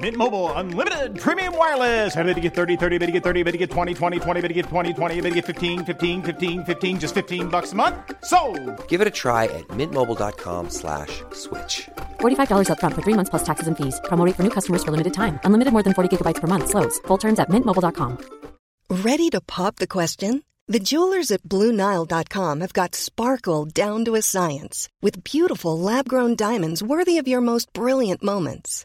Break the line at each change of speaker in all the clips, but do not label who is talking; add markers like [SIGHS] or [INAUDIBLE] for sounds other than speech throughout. Mint Mobile unlimited premium wireless. Ready to get 30, 30, bit to get 30, bit to get 20, 20, 20, bit to get 20, 20, bit to get 15, 15, 15, 15 just 15 bucks a month. So,
Give it a try at mintmobile.com/slash switch.
$45 upfront for three months plus taxes and fees. Promo rate for new customers for limited time. Unlimited more than 40 gigabytes per month. Slows. Full terms at mintmobile.com.
Ready to pop the question? The jewelers at BlueNile.com have got sparkle down to a science with beautiful lab grown diamonds worthy of your most brilliant moments.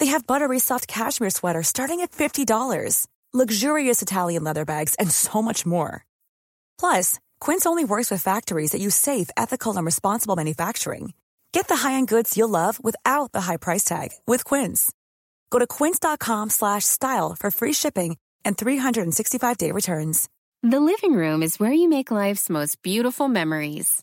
They have buttery soft cashmere sweaters starting at $50, luxurious Italian leather bags, and so much more. Plus, Quince only works with factories that use safe, ethical, and responsible manufacturing. Get the high-end goods you'll love without the high price tag with Quince. Go to quince.com slash style for free shipping and 365-day returns.
The living room is where you make life's most beautiful memories.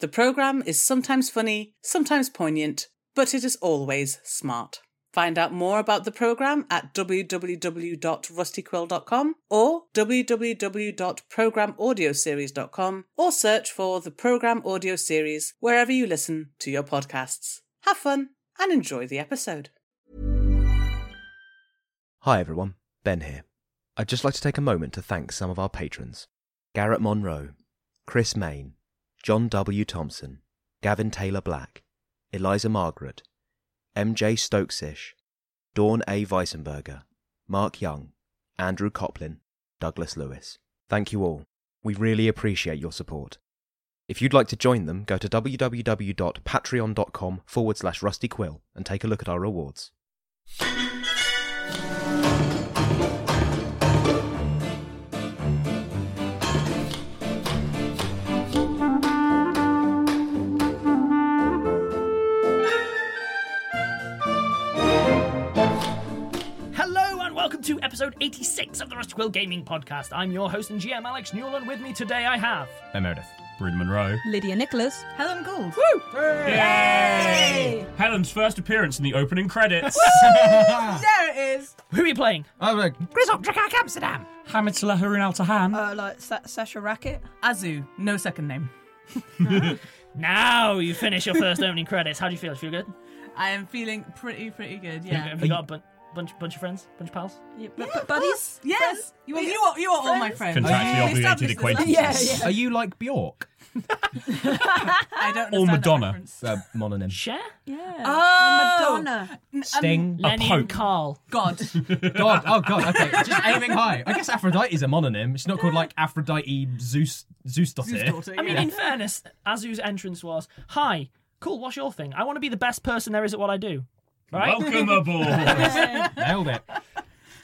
The programme is sometimes funny, sometimes poignant, but it is always smart. Find out more about the programme at www.rustyquill.com or www.programaudioseries.com or search for the programme audio series wherever you listen to your podcasts. Have fun and enjoy the episode.
Hi everyone, Ben here. I'd just like to take a moment to thank some of our patrons Garrett Monroe, Chris Main, John W. Thompson, Gavin Taylor Black, Eliza Margaret, MJ Stokesish, Dawn A. Weissenberger, Mark Young, Andrew Coplin, Douglas Lewis. Thank you all. We really appreciate your support. If you'd like to join them, go to www.patreon.com forward slash rusty quill and take a look at our rewards.
Hello and welcome to episode 86 of the Rust Quill Gaming Podcast. I'm your host and GM Alex Newell, and with me today I have.
Meredith. Bryn Monroe.
Lydia Nicholas, Helen Gould.
[LAUGHS]
Woo!
Helen's first appearance in the opening credits. [LAUGHS]
[LAUGHS]
There it is.
Who are you playing?
I'm like,
Chris Optrakak Amsterdam.
Hamid Salahurun Al Tahan.
Uh, like Sa- Sasha Racket.
Azu, no second name.
Now you finish your first opening credits. How do you feel? Feel good?
I am feeling pretty, pretty good,
Have you got a bun- bunch, bunch of friends, bunch of pals.
but- but buddies?
Yes.
Friends?
You are, you are, you are all my
Friends?
friends.
Contractually
We've
obligated
established this
acquaintances.
last time.
Yeah, yeah.
Are you
[LAUGHS]
like Bjork?
I don't
Or
understand that
Madonna?
reference.
Uh, mononym.
Cher?
Yeah.
Oh.
Madonna.
um,
Sting.
Lenny
a
and
poke.
Carl. [LAUGHS]
God.
God. Oh God. Okay. Just aiming high. I guess Aphrodite is a mononym. It's not called like Aphrodite Zeus Zeus daughter.
I mean, in
[LAUGHS]
fairness, Azu's entrance was, "Hi, cool. What's your thing? I want to be the best person there is at what I do." Right?
Welcome aboard.
[LAUGHS]
Nailed it.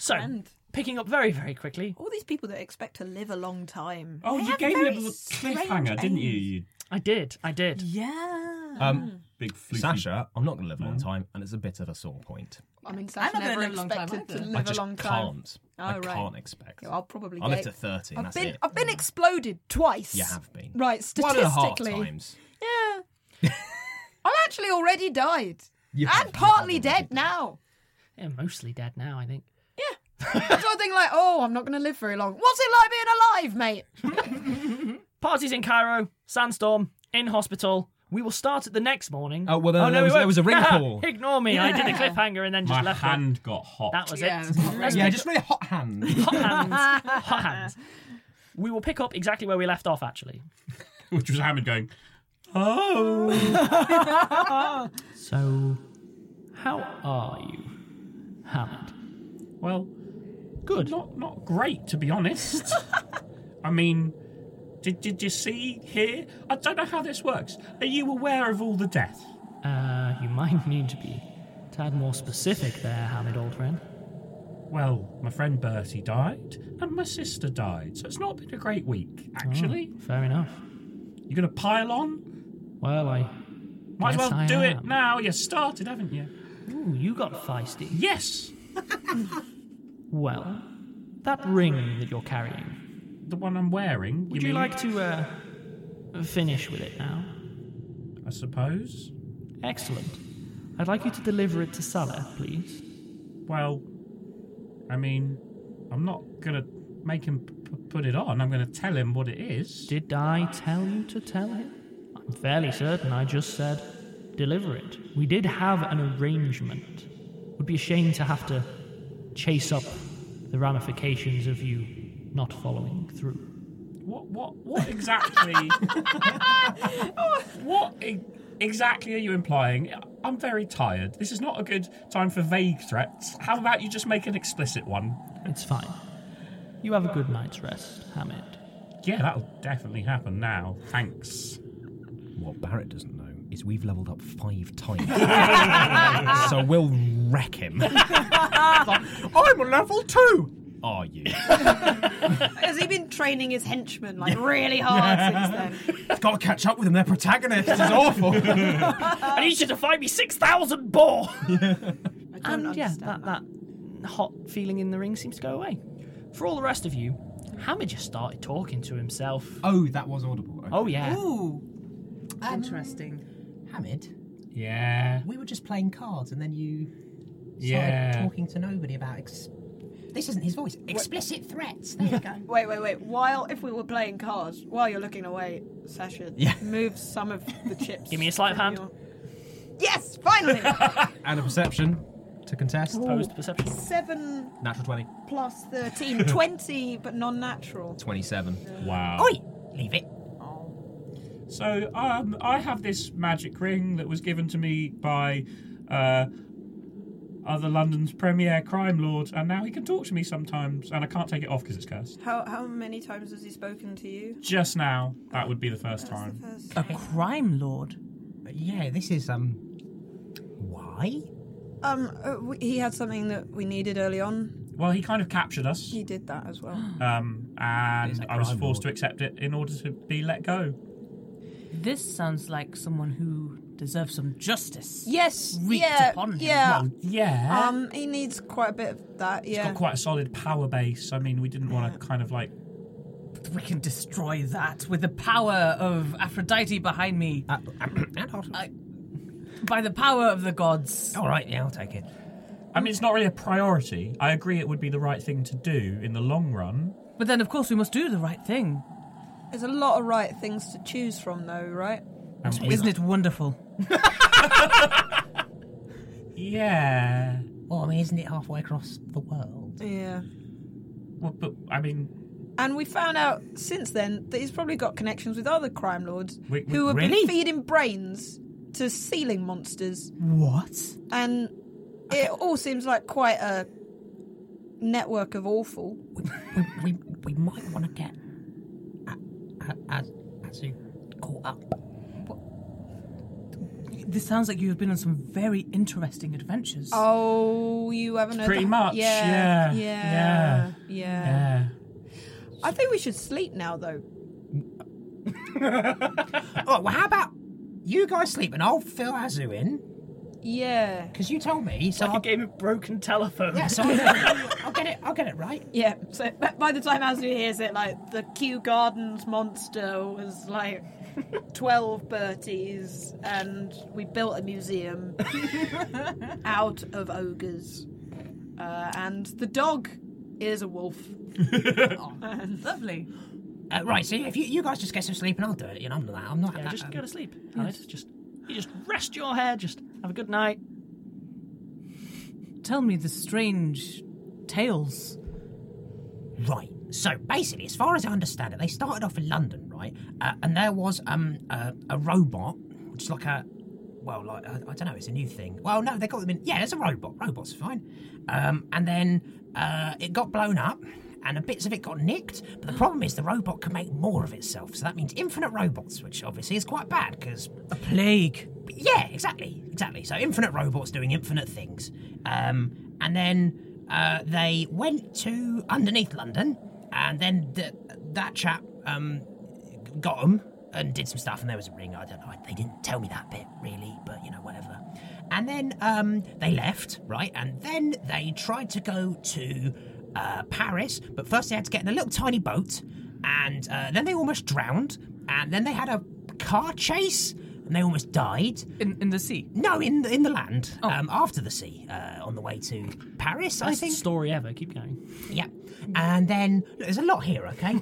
So,
And
picking up very, very quickly,
all these people that expect to live a long time.
oh,
They
you
have
gave me a
very
little
strange
cliffhanger, didn't you?
names.
You
I did, I did.
Yeah.
Ah.
Um,
big floofy.
Sasha, I'm not going to live a long time, and it's a bit of a sore point.
I mean,
I'm
Sasha
not gonna
never
live a long time
expected to
either.
live
I just
a long time.
can't. I
Oh, right.
can't expect.
Yeah, I'll probably.
I lived
get-
to 30, and
I've
that's
been,
it.
I've been exploded twice.
You have been.
Right,
One and a half
statistically.
[LAUGHS]
times.
Yeah.
[LAUGHS]
I've actually already died.
You have-
and
you
partly
have
dead
already
now. [LAUGHS]
They're mostly dead now, I think.
sort of thing like, oh, I'm not going to live very long. What's it like being alive, mate?
Parties in Cairo, sandstorm, in hospital. We will start at the next morning.
Oh, well, no, there
we
was- there
won't.
was
[LAUGHS]
a wrinkle.
Ignore me. I did a cliffhanger and then just
My
left. it.
hand got hot.
That was
Yeah,
it.
that's not
Let's
Yeah,
pick
just really hot hand.
[LAUGHS] hot hands. Hot hands. We will pick up exactly where we left off, actually.
Which was Hammond going, oh.
So, how are you, Hammond?
well,
Good.
not not great, to be
[LAUGHS]
honest. I mean, did, did you see here? I don't know how this works. Are you aware of all the death?
Uh, you might [LAUGHS] need to be a tad more specific there, Hammond, old friend.
Well, my friend Bertie died, and my sister died, so it's not been a great week, actually.
Oh, fair enough.
You're going to pile on?
Well, I.
Might as
Yes,
well
I
do it
am.
now. You started, haven't you?
Ooh, you got feisty.
Yes!
[LAUGHS] Well, that ring that you're carrying,
The one I'm wearing.
would you,
mean?
like to uh, finish with it now?
I suppose.
Excellent. I'd like you to deliver it to Salah, please.
Well, I mean, I'm not gonna make him p- p- put it on. I'm gonna tell him what it is.
Did I tell you to tell him? I'm fairly certain I just said deliver it. We did have an arrangement. Would be a shame to have to chase up the ramifications of you not following through.
What? What? What exactly? what e- exactly are you implying? I'm very tired. This is not a good time for vague threats. How about you just make an explicit one?
It's fine. You have a good night's rest, Hamid.
Yeah, that'll definitely happen now. Thanks.
What Barrett doesn't know is we've leveled up five
[LAUGHS]
times. so we'll wreck him.
[LAUGHS]
[LAUGHS] I'm a level two! Are you?
Has he been training his henchmen like really hard since then?
I've got to catch up with him. Their protagonist is awful.
[LAUGHS] I need you to find me 6,000 [LAUGHS] more!
I don't
and yeah,
understand
that, that hot feeling in the ring seems to go away. For all the rest of you, Hamid just started talking to himself.
oh, that was audible.
Oh, yeah.
Ooh. Interesting.
Hamid,
Yeah.
we were just playing cards, and then you started
Yeah.
talking to nobody about. Ex- this isn't his voice. Explicit threats. There you go.
[LAUGHS] Wait, wait, wait. While if we were playing cards, while you're looking away, Sasha,
Yeah.
move some of the chips.
Give me a sleight of
from
hand.
Yes, finally.
And a perception to contest.
Opposed Oh. perception.
Seven
Natural 20.
plus 13, 20, but non-natural.
27.
Wow.
Oi! Leave it.
So um, I have this magic ring that was given to me by uh, other London's premier crime lord, and now he can talk to me sometimes, and I can't take it off because it's cursed.
How how many times has he spoken to you?
Just now, that would be the first time.
First.
Okay.
Crime Lord.
But yeah, this is um. Why?
Um, uh, we- he had something that we needed early on.
Well, he kind of captured us,
He did that as well. [GASPS]
um,
He's a
and I was
crime
forced
lord.
to accept it in order to be let go.
This sounds like someone who deserves some justice.
Yes.
Wreaked
yeah.
upon him.
Yeah.
Well, yeah.
Um, he needs quite a bit of that.
It's
Yeah.
got quite a solid power base. I mean, we didn't want to kind of like.
We can destroy that with the power of Aphrodite behind me.
[CLEARS THROAT]
Uh, and hot.
By the power of the gods.
All right, yeah, I'll take it.
I mean, it's not really a priority. I agree it would be the right thing to do in the long run.
But then, of course, we must do the right thing.
There's a lot of right things to choose from, though, right?
And we-
[LAUGHS]
Isn't it wonderful?
Yeah.
Well, I mean, isn't it halfway across the world?
Yeah.
Well, but I mean,
And we found out since then that he's probably got connections with other crime lords
Wait,
who have
really?
been feeding brains to ceiling monsters.
What?
And it all seems like quite a network of awful.
We, we might want to get as Azu caught up.
This sounds like you have been on some very interesting adventures.
Oh, you haven't heard
Pretty
that?
much, yeah,
Yeah. Yeah.
yeah.
Yeah. I think we should sleep now, though.
Oh, well, how about you guys sleep and I'll fill Azu in?
Yeah.
Because you told me. So
Like a
I'll...
game of broken telephone.
Yeah, so I'll, I'll get it. I'll get it right.
Yeah, so [LAUGHS] b- by the time Azu hears it, like, the Kew Gardens monster was like 12 Berties, and we built a
[LAUGHS]
museum out of ogres. Uh, and the dog is a
[LAUGHS]
wolf.
Oh,
Lovely.
Uh, right. So if you, you guys just get some sleep and I'll do it. You know, I'm not. I'm not.
Yeah,
that,
just
um,
go to sleep.
yes.
Howard. Just you just rest your head. Just have a good night.
Tell me the strange tales.
Right. So basically, as far as I understand it, they started off in London, right? Uh, and there was um a, a robot, which is like a well, like I, I don't know, it's a new thing. Well, no, they got them in. Yeah, it's a robot. Robots are fine. Um, and then uh, it got blown up. And a bits of it got nicked, but the problem is the robot can make more of itself, so that means infinite robots, which obviously is quite bad because a plague. Yeah, exactly, exactly. So infinite robots doing infinite things, um, and then uh, they went to underneath London, and then th- that chap um, got them and did some stuff, and there was a ring. I don't know. They didn't tell me that bit really, but you know, whatever. And then um, they left, right? And then they tried to go to uh, Paris, but first they had to get in a little tiny boat, and uh, then they almost drowned, and then they had a car chase. And they almost died
in, in the sea.
No, in the, in the land. Um, after the sea, uh, on the way to Paris, I
Oh. Best
think.
story ever. Keep going.
Yeah. And then look, there's a lot here. Okay.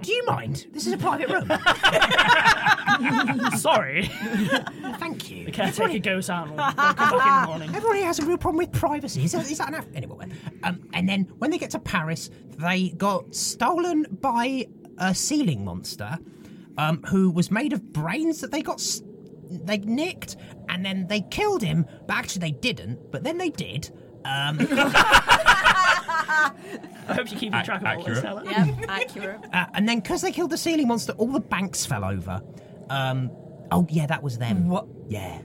Do you mind? This is a private room. [LAUGHS]
Sorry.
Thank you.
The caretaker goes out.
[LAUGHS]
and will wake up in the morning.
Everyone here has a real problem with privacy. Is that, is that enough? Anyway, um, and then when they get to Paris, they got stolen by a ceiling monster, um, who was made of brains that they got s they nicked, and then they killed him. But actually, they didn't. But then they did. Um,
[LAUGHS] I hope you keep track of all this,
accurate.
Helen.
[LAUGHS] accurate.
Uh, and then, because they killed the ceiling monster, all the banks fell over. Um, oh yeah, that was them. What? Yeah.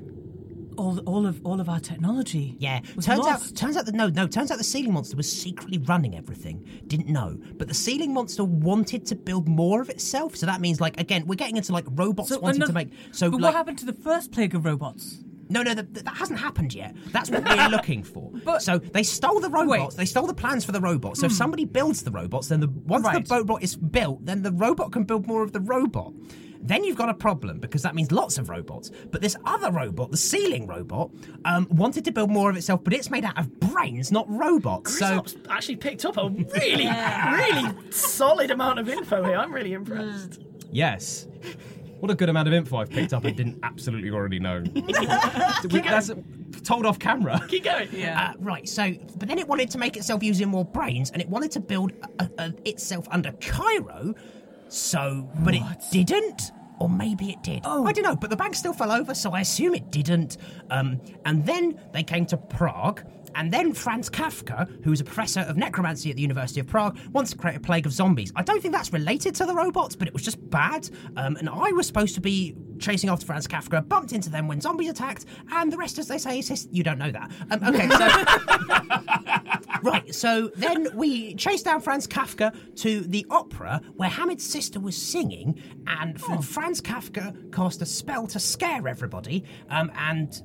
All, all of all of our technology.
Yeah.
was
Turns
lost.
[LAUGHS]
out, turns out that no, no. Turns out the ceiling monster was secretly running everything. Didn't know, but the ceiling monster wanted to build more of itself. So that means, like, again, we're getting into like robots wanting
another-
to make. So,
but
like,
what happened to the first plague of robots?
No, no, that, that hasn't happened yet. That's what
[LAUGHS]
we're looking [LAUGHS] for.
But- Hmm.
so they stole the robots. They stole the plans for the robots. So if somebody builds the robots, then the once
Right.
the robot is built, then the robot can build more of the robot. Then you've got a problem because that means lots of robots. But this other robot, the ceiling robot, um, wanted to build more of itself, but it's made out of brains, not robots. So
Grizzlops actually picked up a [LAUGHS] really, really solid amount of info here. I'm really impressed.
Yes. What a good amount of info I've picked up and didn't absolutely already know. That's told off camera.
Keep going.
Uh, right, so, but then it wanted to make itself using more brains, and it wanted to build a, a, itself under Cairo. So, but it didn't, or maybe it did. Oh, I don't know. But the bank still fell over, so I assume it didn't. Um, and then they came to Prague. And then Franz Kafka, who is a professor of necromancy at the University of Prague, wants to create a plague of zombies. I don't think that's related to the robots, but it was just bad. Um, and I was supposed to be chasing after Franz Kafka, bumped into them when zombies attacked, and the rest, as they say, is his- you don't know that. Um, okay, so Right, so then we chased down Franz Kafka to the opera where Hamid's sister was singing, and
Oh.
f- Franz Kafka cast a spell to scare everybody, um, and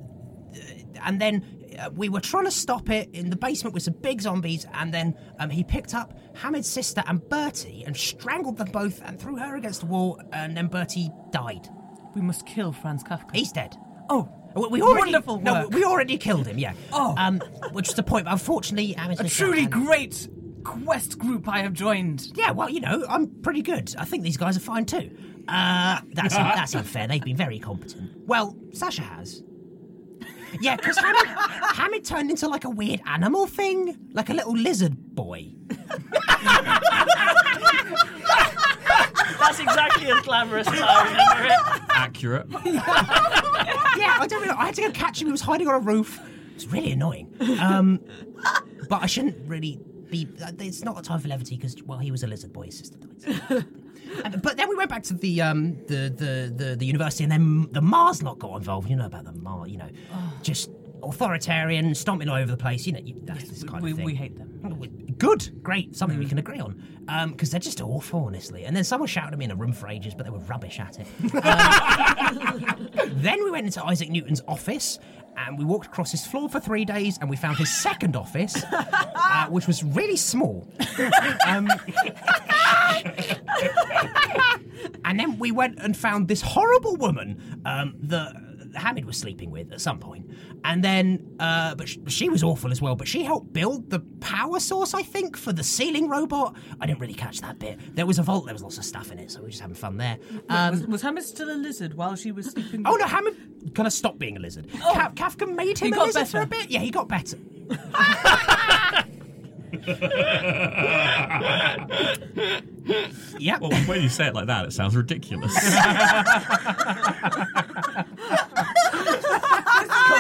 uh, and then uh, we were trying to stop it in the basement with some big zombies, and then um, he picked up Hamid's sister and Bertie and strangled them both and threw her against the wall, and then Bertie died.
We must kill Franz Kafka.
He's dead. Oh. We we already,
Wonderful
No,
work.
we already killed him. Yeah.
Oh.
um, which was the point. but Unfortunately, Hamid's
A
sister
truly
and-
great quest group I have joined.
Yeah, well, you know, I'm pretty good. I think these guys are fine too.
[LAUGHS]
[LAUGHS] Uh, that's that's unfair. They've been very competent. Well, Sasha has. Yeah, because Hamid, Hamid turned into like a weird animal thing, like a little lizard boy.
That's exactly as glamorous as I remember it.
Accurate.
yeah, I don't know. I had to go catch him. He was hiding on a roof. It's really annoying. Um, but I shouldn't really be. It's not a time for levity because, well, he was a lizard boy. His sister [LAUGHS] died. Um, but then we went back to the um, the, the the the university, and then the Mars lot got involved. You know about the Mars. You know, just authoritarian, stomping all over the place. You know, you, that's this kind
we-
of thing.
we hate them. Mm.
Good, great, something we can agree on. Because they're just awful, honestly. And then someone shouted at me in a room for ages, but they were rubbish at it. Um, [LAUGHS] Then we went into Isaac Newton's office and we walked across his floor for three days and we found his second office, [LAUGHS] uh, which was really small. [LAUGHS] um, and then we went and found this horrible woman um, that Hamid was sleeping with at some point. And then, uh, but sh- she was awful as well, but she helped build the power source, I think, for the ceiling robot. I didn't really catch that bit. There was a vault, there was lots of stuff in it, so we were just having fun there. Um,
was, was Hamid still a lizard while she was sleeping? Oh.
Oh no, Hammond kind of stopped being a lizard. Ka- Kafka made him
He
a
got
lizard for a
better.
bit. Yeah, he got better. Yeah.
Well, when you say it like that, it sounds
[LAUGHS]
ridiculous.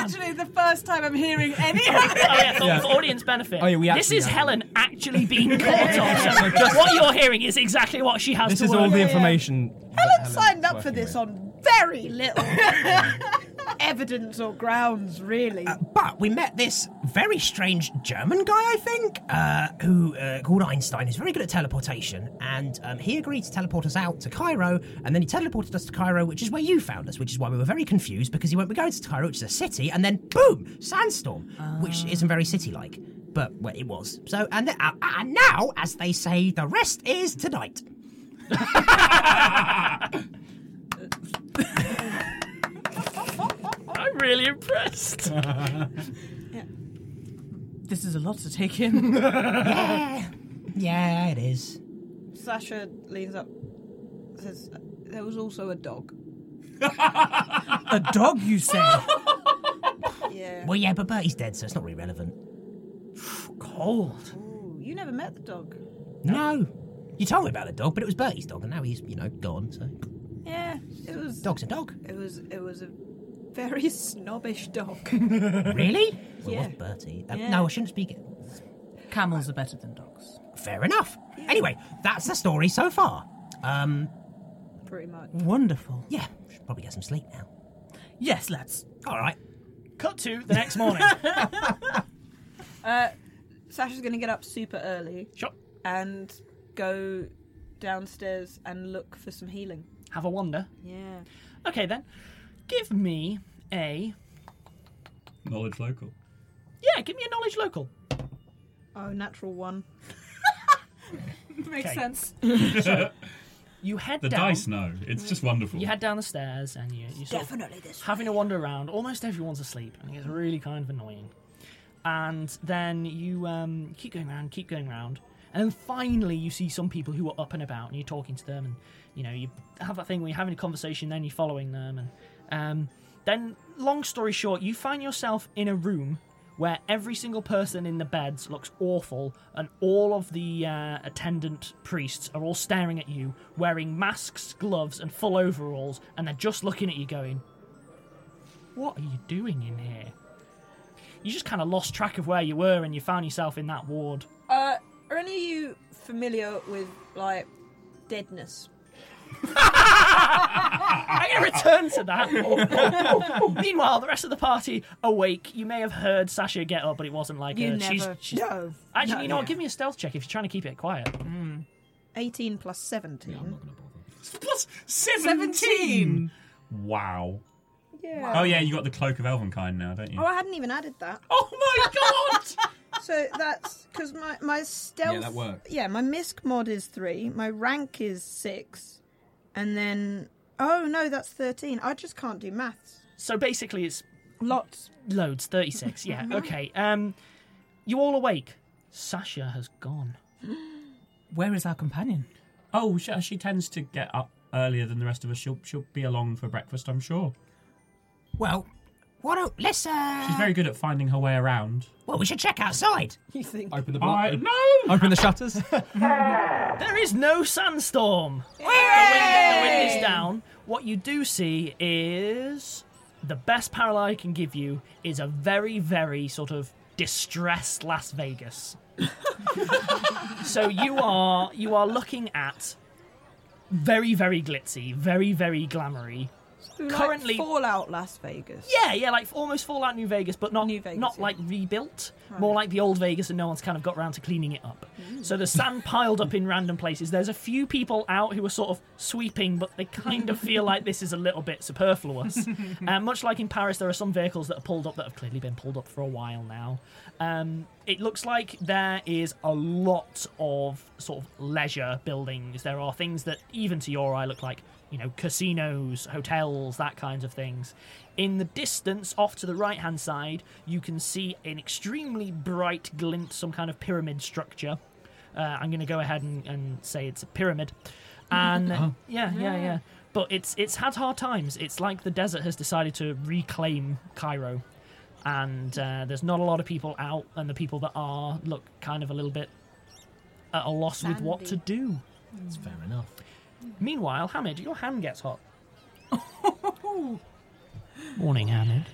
Actually, the first time I'm hearing any.
[LAUGHS] oh, yeah, for,
Yeah.
for audience benefit.
Oh, yeah, we
this
actually
is
have-
Helen actually being caught on.
So
[LAUGHS]
something.
just-
what you're hearing is exactly what she has
This
to
is
work
all the
with.
information.
Helen signed up for this on very little [LAUGHS] evidence or grounds, really.
But we met this very strange German guy, I think, uh, who uh, called Einstein. He's very good at teleportation, and um, he agreed to teleport us out to Cairo, and then he teleported us to Cairo, which is where you found us, which is why we were very confused because he went, "We're going to Cairo, which is a city," and then boom, sandstorm, which isn't very city-like, but well, it was. So, and th- uh, and now, as they say, the rest is tonight. [LAUGHS]
I'm [LAUGHS] really
Uh,
impressed.
[LAUGHS] This is a lot to take [LAUGHS] in.
yeah. Yeah, it is.
Sasha leans up. Says, "There was also a dog."
A dog, you say?
Yeah.
well, yeah, but Bertie's dead, so it's not really relevant. [SIGHS] Cold.
Ooh, you never met the dog.
No. You told me about the dog, but it was Bertie's dog, and now he's, you know, gone, so.
Yeah, it was.
Dog's a dog.
It was. It was a very [LAUGHS] snobbish dog.
[LAUGHS] Really? Well,
Yeah.
it was Bertie. Uh,
Yeah.
No, I shouldn't speak it.
Camels are better than dogs.
Fair enough. Anyway, that's the story so far. Um,
Pretty much.
Wonderful.
Yeah, should probably get some sleep now.
Yes, let's.
All right.
Cut to the next morning.
[LAUGHS] Uh, Sasha's going to get up super early.
Sure.
And go downstairs and look for some healing.
Have a wander.
Yeah.
Okay then, give me a
Knowledge local.
yeah. Give me a knowledge local.
Oh, natural one. [LAUGHS] Makes
Okay.
sense.
So, you head
The
down.
dice know. It's just wonderful.
You head down the stairs and you, you sort
Definitely
of having to wander around. Almost everyone's asleep, and it gets really kind of annoying. And then you um, keep going around, keep going round, and then finally you see some people who are up and about, and you're talking to them, and you know you have that thing where you're having a conversation, then you're following them, and um, then long story short, you find yourself in a room where every single person in the beds looks awful, and all of the uh, attendant priests are all staring at you, wearing masks, gloves, and full overalls, and they're just looking at you, going, "What are you doing in here?" You just kind of lost track of where you were, and you found yourself in that ward.
Uh, are any of you familiar with, like, deadness?
I'm gonna return to that. Uh, [LAUGHS] Meanwhile, the rest of the party awake. You may have heard Sasha get up, but it wasn't like
You
a,
never-
she's, she's
No.
Actually,
No,
you know what?
yeah.
Give me a stealth check if you're trying to keep it quiet.
Mm.
18 plus 17.
Plus
17.
Wow.
Yeah.
Oh yeah, you got the cloak of Elvenkind now, don't you?
Oh, I hadn't even added that.
Oh my
god! [LAUGHS] so that's because my my stealth.
Yeah, that worked.
yeah, my misc mod is three. My rank is six, and then oh no, that's thirteen. I just can't do maths.
So basically, it's
lots,
loads. Thirty-six.
[LAUGHS]
Yeah. Okay. Um, you all awake. Sasha has gone.
[GASPS] Where is our companion?
Oh, she, she tends to get up earlier than the rest of us. She'll she'll be along for breakfast, I'm sure.
Well, Why don't let's uh
She's very good at finding her way around.
Well, we should check outside.
You think?
Open the
blo-
I,
open-
no.
Open the shutters.
There is no sandstorm. The wind, the wind is down. What you do see is the best parallel I can give you is a very, very sort of distressed Las Vegas. [LAUGHS] so you are you are looking at very, very glitzy, very, very glamoury.
Currently, Fallout Las Vegas.
Yeah, yeah, like almost Fallout New Vegas, but not New Vegas, not like rebuilt. More like the old Vegas, and no one's kind of got around to cleaning it up. So there's sand piled up in random places. There's a few people out who are sort of sweeping, but they kind of feel like this is a little bit [LAUGHS] superfluous. um, much like in Paris, there are some vehicles that are pulled up that have clearly been pulled up for a while now. Um, it looks like there is a lot of sort of leisure buildings. There are things that, even to your eye, look like you know, casinos, hotels, that kinds of things. In the distance, off to the right hand side, you can see an extremely bright glint, some kind of pyramid structure. Uh, I'm going to go ahead and, and say it's a pyramid. And
Oh.
yeah, yeah,
Yeah.
yeah. But it's it's had hard times. It's like the desert has decided to reclaim Cairo, and uh, there's not a lot of people out, and the people that are look kind of a little bit at a loss with what to
Sandy.
do.
That's fair enough.
Meanwhile, Hamid, your hand gets [LAUGHS] hot. Morning, Hamid.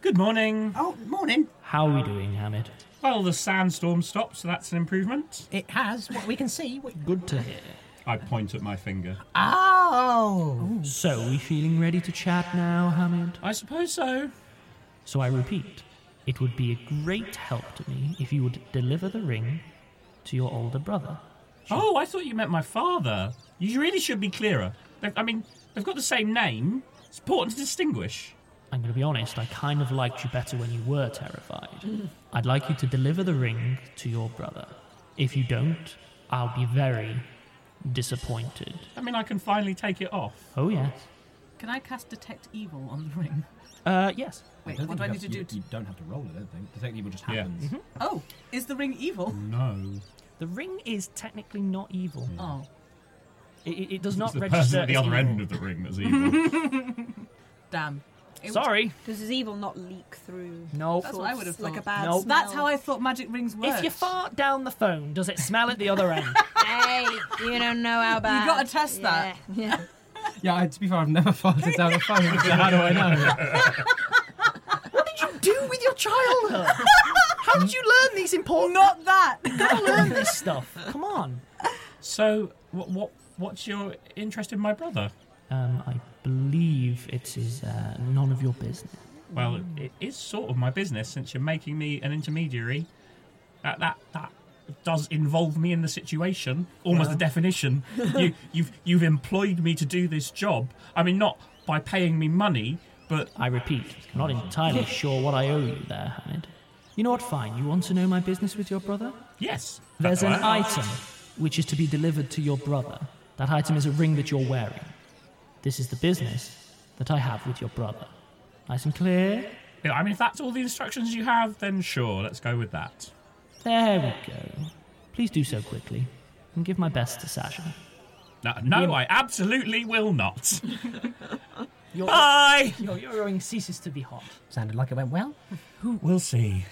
Good morning.
Oh, morning.
How are we doing, Hamid?
Well, the sandstorm stopped, so that's an improvement.
It has. What we can see.
Good to hear.
I point at my finger.
Oh.
So, are we feeling ready to chat now, Hamid?
I suppose so.
So, I repeat, it would be a great help to me if you would deliver the ring to your older brother.
Oh, I thought you meant my father. You really should be clearer. They've, I mean, they've got the same name. It's important to distinguish.
I'm going to be honest, I kind of liked you better when you were terrified. I'd like you to deliver the ring to your brother. If you don't, I'll be very disappointed.
I mean, I can finally take it off.
Oh, yes.
Can I cast Detect Evil on the ring?
Uh, yes.
Wait, what do I need to do? To...
You don't have to roll it. I don't think. The technique will just happens.
Oh, is the ring evil?
Mm-hmm.
No.
The ring is technically not evil.
Oh.
It, it it does not
Hmm. It's the person
register.
at the
as
other
evil.
end of the ring that's evil.
[LAUGHS] Damn.
Sorry.
Does his evil not leak through?
No.
That's what I would have
Like a
thought.
bad
Nope.
smell.
That's
[LAUGHS]
how I thought magic rings work.
If you fart down the phone, does it smell at the other
[LAUGHS]
end?
hey, you don't know how bad.
gotta test that.
Yeah.
Yeah, I- to be fair, I've never farted down a phone. So how do I know?
what did you do with
[LAUGHS]
your childhood? How did you learn these important?
Not that.
[LAUGHS]
Gotta learn this stuff. Come on.
so, what, what, what's your interest in my brother?
Um, I believe it is uh, none of your business.
Well, it is sort of my business since you're making me an intermediary. That that that does involve me in the situation, almost
Well.
the definition. you, you've you've employed me to do this job. I mean, not by paying me money, but
I repeat, I'm
[LAUGHS]
not entirely sure what I owe you there, Hamid. You know what? Fine. You want to know my business with your brother?
yes.
There's an
That's all right.
item which is to be delivered to your brother. That item is a ring that you're wearing. This is the business that I have with your brother. Nice and clear?
Yeah, I mean, if that's all the instructions you have, then sure, let's go with that.
There we go. Please do so quickly and give my best to Sasha.
No, no I absolutely
[LAUGHS]
will not.
Your,
Bye!
Your, your ring ceases to be hot.
Sounded like it went well.
We'll see.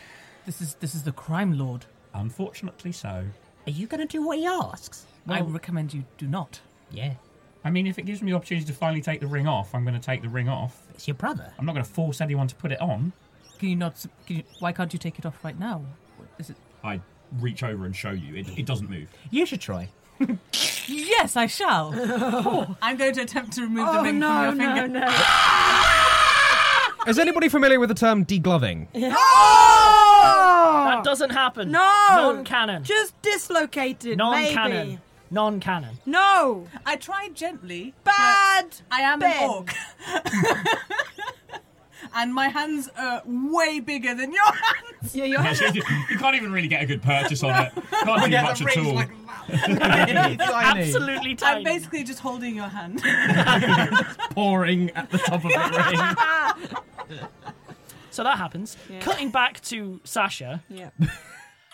This is this is the crime lord.
Unfortunately, so.
Are you going to do what he asks?
I recommend you do not.
Yeah.
I mean, if it gives me the opportunity to finally take the ring off, I'm going to take the ring off.
It's your brother.
I'm not going to force anyone to put it on.
Can you not? Can you, why can't you take it off right now? Is it?
I reach over and show you. It, it doesn't move.
You should try.
Yes, I
[LAUGHS]
shall. Oh, I'm going to attempt to remove the
Oh
ring
no,
from your
no,
finger.
no!
[LAUGHS]
[LAUGHS]
[LAUGHS]
Is anybody familiar with the term [LAUGHS] degloving?
Oh!
That doesn't happen.
No!
Non canon.
Just dislocated,
Non
maybe.
canon. Non canon.
No,
I tried gently.
bad.
I am
Ben.
an orc. [LAUGHS] and my hands are way bigger than your [LAUGHS] hands.
Yeah, you're
[LAUGHS] you can't even really get a good purchase on it. Can't do much at all.
Absolutely
I'm
tiny.
basically just holding your [LAUGHS] hand.
pouring at the top
[LAUGHS]
of the ring.
So that happens. Cutting back to Sasha,
[LAUGHS] Yeah.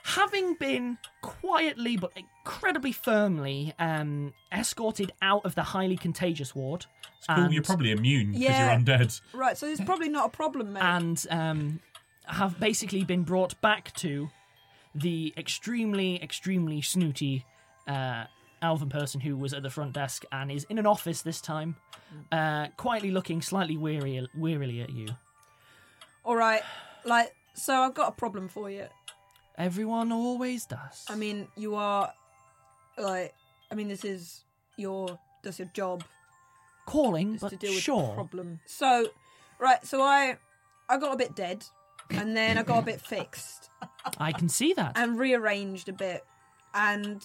having been quietly but incredibly firmly um, escorted out of the highly contagious ward.
It's cool, you're probably immune because you're undead.
Right, so there's probably not a problem, mate.
And um, have basically been brought back to the extremely, extremely snooty uh, Alvin person who was at the front desk and is in an office this time,
Mm.
uh, quietly looking slightly weary, wearily at you.
All right, like, so I've got a problem for you.
Everyone always does.
I mean, you are, like, I mean, this is your, that's your job.
Calling,
is
but
to deal with
sure.
the problem. So, right, so I, I got a bit dead, and then I got a bit fixed
I can see that.
and rearranged a bit, and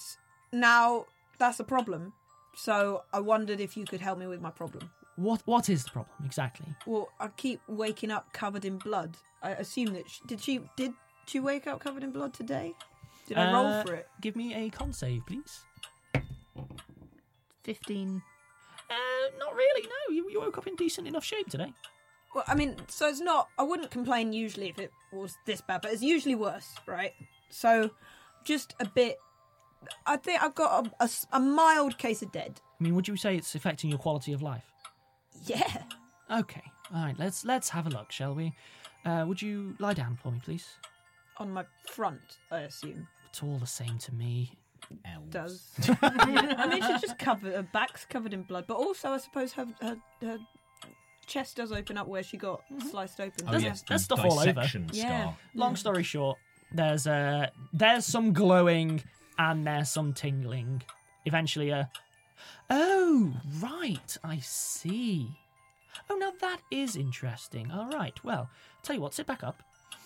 now that's a problem. So I wondered if you could help me with my problem.
What What is the problem exactly?
Well, I keep waking up covered in blood. I assume that she, did she did she wake up covered in blood today? Did I roll
Uh,
for it?
Give me a con save, please.
15.
Uh, not really, no. You, you woke up in decent enough shape today.
Well, I mean, so it's not. I wouldn't complain usually if it was this bad, but it's usually worse, right? So, just a bit. I think I've got a, a s- a mild case of dead.
I mean, would you say it's affecting your quality of life?
Yeah.
Okay. All right. Let's let's have a look, shall we? Uh, would you lie down for me, please?
On my front, I assume.
It's all the same to me.
Does. I mean, she's just covered. Her back's covered in blood, but also, I suppose, her, her, her chest does open up where she got
Mm-hmm.
sliced open.
Oh,
There's-
doesn't it?
there's stuff all over.
Yeah.
Long story short, there's uh, there's some glowing and there's some tingling. Eventually, a oh right, I see. Oh, now that is interesting. All right. Well, tell you what, sit back up.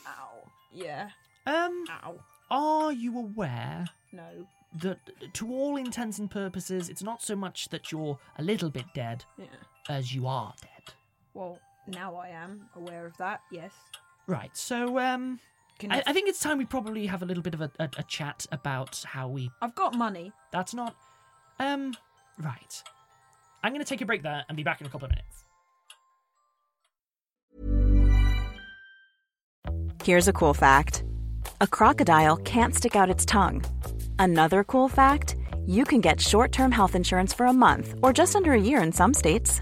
Ow. Yeah.
Um.
Ow.
Are you aware
No.
that, to all intents and purposes, it's not so much that you're a little bit dead
Yeah.
as you are dead?
Well, now I am aware of that. Yes.
Right. So, um,
Can
I,
you-
I think it's time we probably have a little bit of a, a, a chat about how we.
I've got money.
That's not. Um. Right. I'm going to take a break there and be back in a couple of minutes.
Here's a cool fact a crocodile can't stick out its tongue. Another cool fact you can get short term health insurance for a month or just under a year in some states.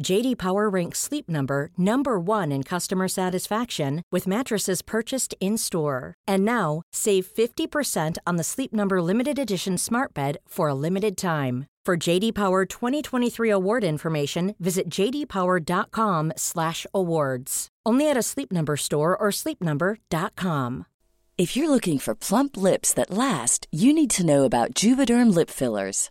JD Power ranks Sleep Number number 1 in customer satisfaction with mattresses purchased in-store. And now, save 50% on the Sleep Number limited edition Smart Bed for a limited time. For JD Power 2023 award information, visit jdpower.com/awards. Only at a Sleep Number store or sleepnumber.com.
If you're looking for plump lips that last, you need to know about Juvederm lip fillers.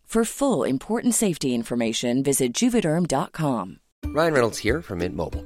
For full important safety information, visit juvederm.com.
Ryan Reynolds here from Mint Mobile.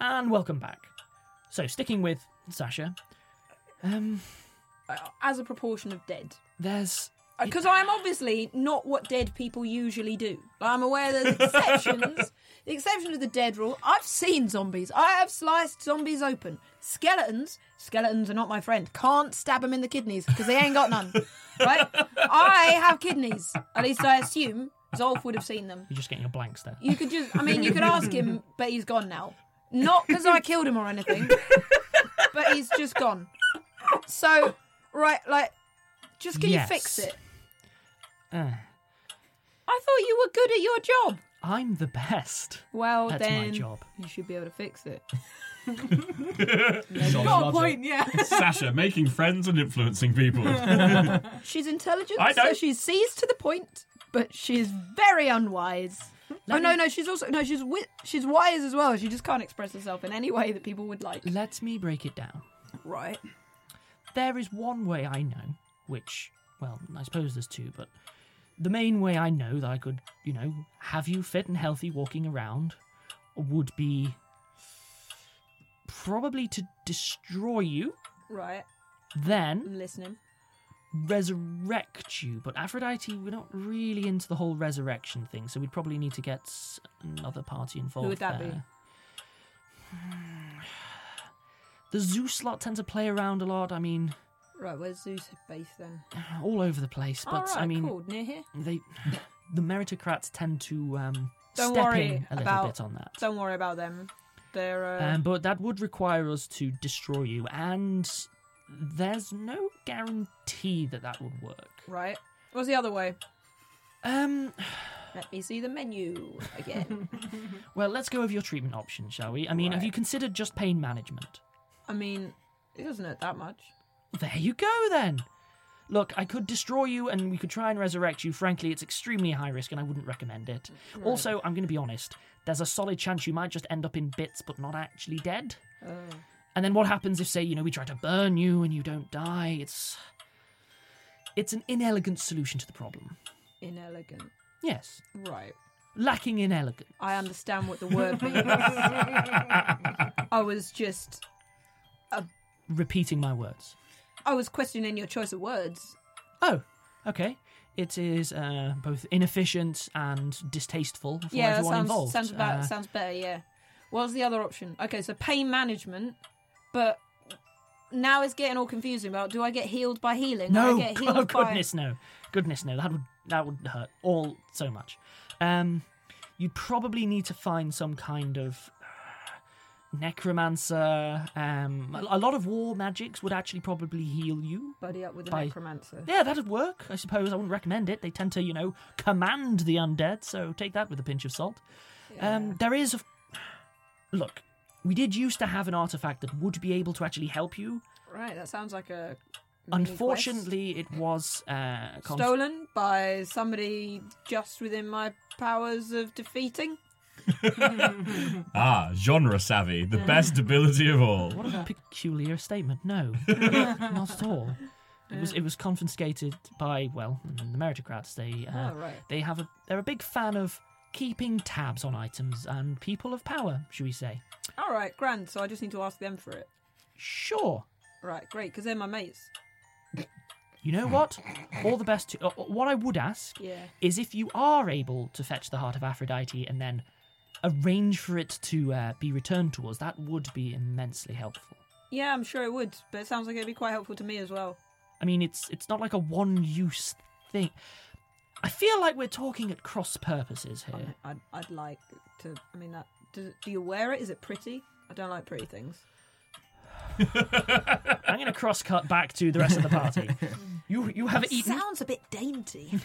And welcome back. So, sticking with Sasha, um,
uh, As a proportion of dead.
there's
Because I'm obviously not what dead people usually do. I'm aware there's exceptions. the exception of the dead rule. I've seen zombies. I have sliced zombies open. Skeletons. Skeletons are not my friend. Can't stab them in the kidneys because they ain't got none. right? I have kidneys. At least I assume Zolf would have seen them.
you're just getting a blank stare.
You could just, I mean, you could ask him, but he's gone now. Not because I killed him or anything, but he's just gone. So, right, like, just can
Yes.
you fix it?
Uh,
I thought you were good at your job.
I'm the best.
Well,
That's my
then
job.
you should be able to fix it.
Sean
got a
loves
point,
[LAUGHS]
it.
yeah.
Sasha making friends and influencing people.
She's intelligent,
I know.
so she sees to the point, but she's very unwise. oh
Let
no,
me-
no, she's also no, she's wi- she's wise as well. She just can't express herself in any way that people would like.
Let me break it down.
Right.
There is one way I know, which, well, I suppose there's two, but the main way I know that I could, you know, have you fit and healthy walking around would be probably to destroy you,
Right.
then
I'm listening.
resurrect you. But Aphrodite, we're not really into the whole resurrection thing, so we'd probably need to get s- another party involved.
that be?
there. [SIGHS] The Zeus lot tend to play around a lot. I mean, [SIGHS]
Right, where's Zeus base then?
all over the place. But
All right,
I mean,
cool. Near here.
they [LAUGHS] the meritocrats tend to um,
Don't
step
worry
in a little
about
bit on that.
Don't worry about them. They're uh,
Um, but that would require us to destroy you, and there's no guarantee that that would work.
right. What's the other way?
Um,
let me see the menu again.
Well, let's go over your treatment options, shall we? I mean, have you considered just pain management?
[LAUGHS] I mean, it doesn't hurt that much.
There you go, then. Look, I could destroy you and we could try and resurrect you. Frankly, it's extremely high risk and I wouldn't recommend it.
Right.
Also, I'm going to be honest, there's a solid chance you might just end up in bits but not actually dead.
Oh.
And then what happens if, say, you know, we try to burn you and you don't die? It's. It's an inelegant solution to the problem.
Inelegant.
Yes.
Right.
Lacking in elegance.
I understand what the word
[LAUGHS]
means. I was just, uh,
Repeating my words.
I was questioning your choice of words.
Oh, okay. It is uh, both inefficient and distasteful for
yeah, that
everyone
sounds
involved.
sounds about
Uh,
sounds better. Yeah. What's the other option? Okay, so pain management, but now it's getting all confusing. About do I get healed by healing?
no,
I
[LAUGHS]
get
oh
healed by-
goodness no, goodness no. That would that would hurt all so much. Um, you'd probably need to find some kind of uh, necromancer. Um, a, a lot of war magics would actually probably heal you.
Buddy up with a
by-
necromancer.
Yeah, that'd work, I suppose. I wouldn't recommend it. They tend to, you know, command the undead, so take that with a pinch of salt. Um, there is a. Look, we did used to have an artifact that would be able to actually help you.
Right, that sounds like a
Unfortunately, it was uh, cons-
Stolen by somebody just within my powers of defeating.
Ah, genre savvy, the best ability of all.
[LAUGHS] What a peculiar statement. No, not at
[LAUGHS]
all. It was it was confiscated by well the meritocrats. They uh,
Oh, right.
they have a they're a big fan of keeping tabs on items and people of power, should we say?
[LAUGHS] All right, grand. So I just need to ask them for it.
Sure.
Right, great, because they're my mates.
You know what? All the best. To, uh, what I would ask
Yeah.
is if you are able to fetch the heart of Aphrodite and then arrange for it to uh, be returned to us, that would be immensely helpful.
Yeah, I'm sure it would, but it sounds like it'd be quite helpful to me as well.
I mean, it's it's not like a one-use thing. I feel like we're talking at cross purposes here.
I'd, I'd like to. I mean, that. Do, do you wear it? Is it pretty? I don't like pretty things.
I'm going to cross-cut back to the rest of the party. You you have
It
eaten.
Sounds a bit dainty.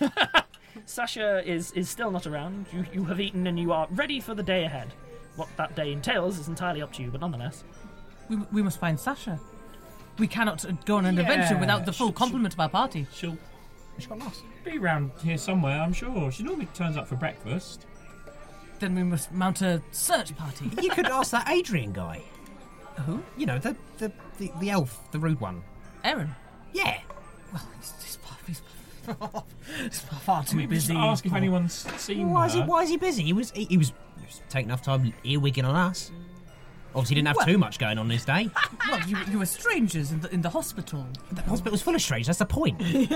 Sasha is is still not around. You you have eaten and you are ready for the day ahead. What that day entails is entirely up to you, but nonetheless.
We, we must find Sasha. We cannot uh, go on an adventure
Yeah,
without the
she-
full complement of our party.
She'll
she got lost.
be round here somewhere, I'm sure. She normally turns up for breakfast.
Then we must mount a search party.
you could ask that Adrian guy.
Who?
You know, the the, the, the elf, the rude one.
Aaron.
Yeah.
Well, he's, he's, far- he's far- he's far-
Far too
I mean, we just
busy.
ask if
for-
anyone's seen
Why is he?
her.
Why is he busy? He was. He, he was. He was taking enough time earwigging on us. Obviously, he didn't have
Well-
too much going on
[LAUGHS]
this day.
well, you, you were strangers in the, in the hospital.
The hospital's full of strangers. That's
[LAUGHS]
the point.
You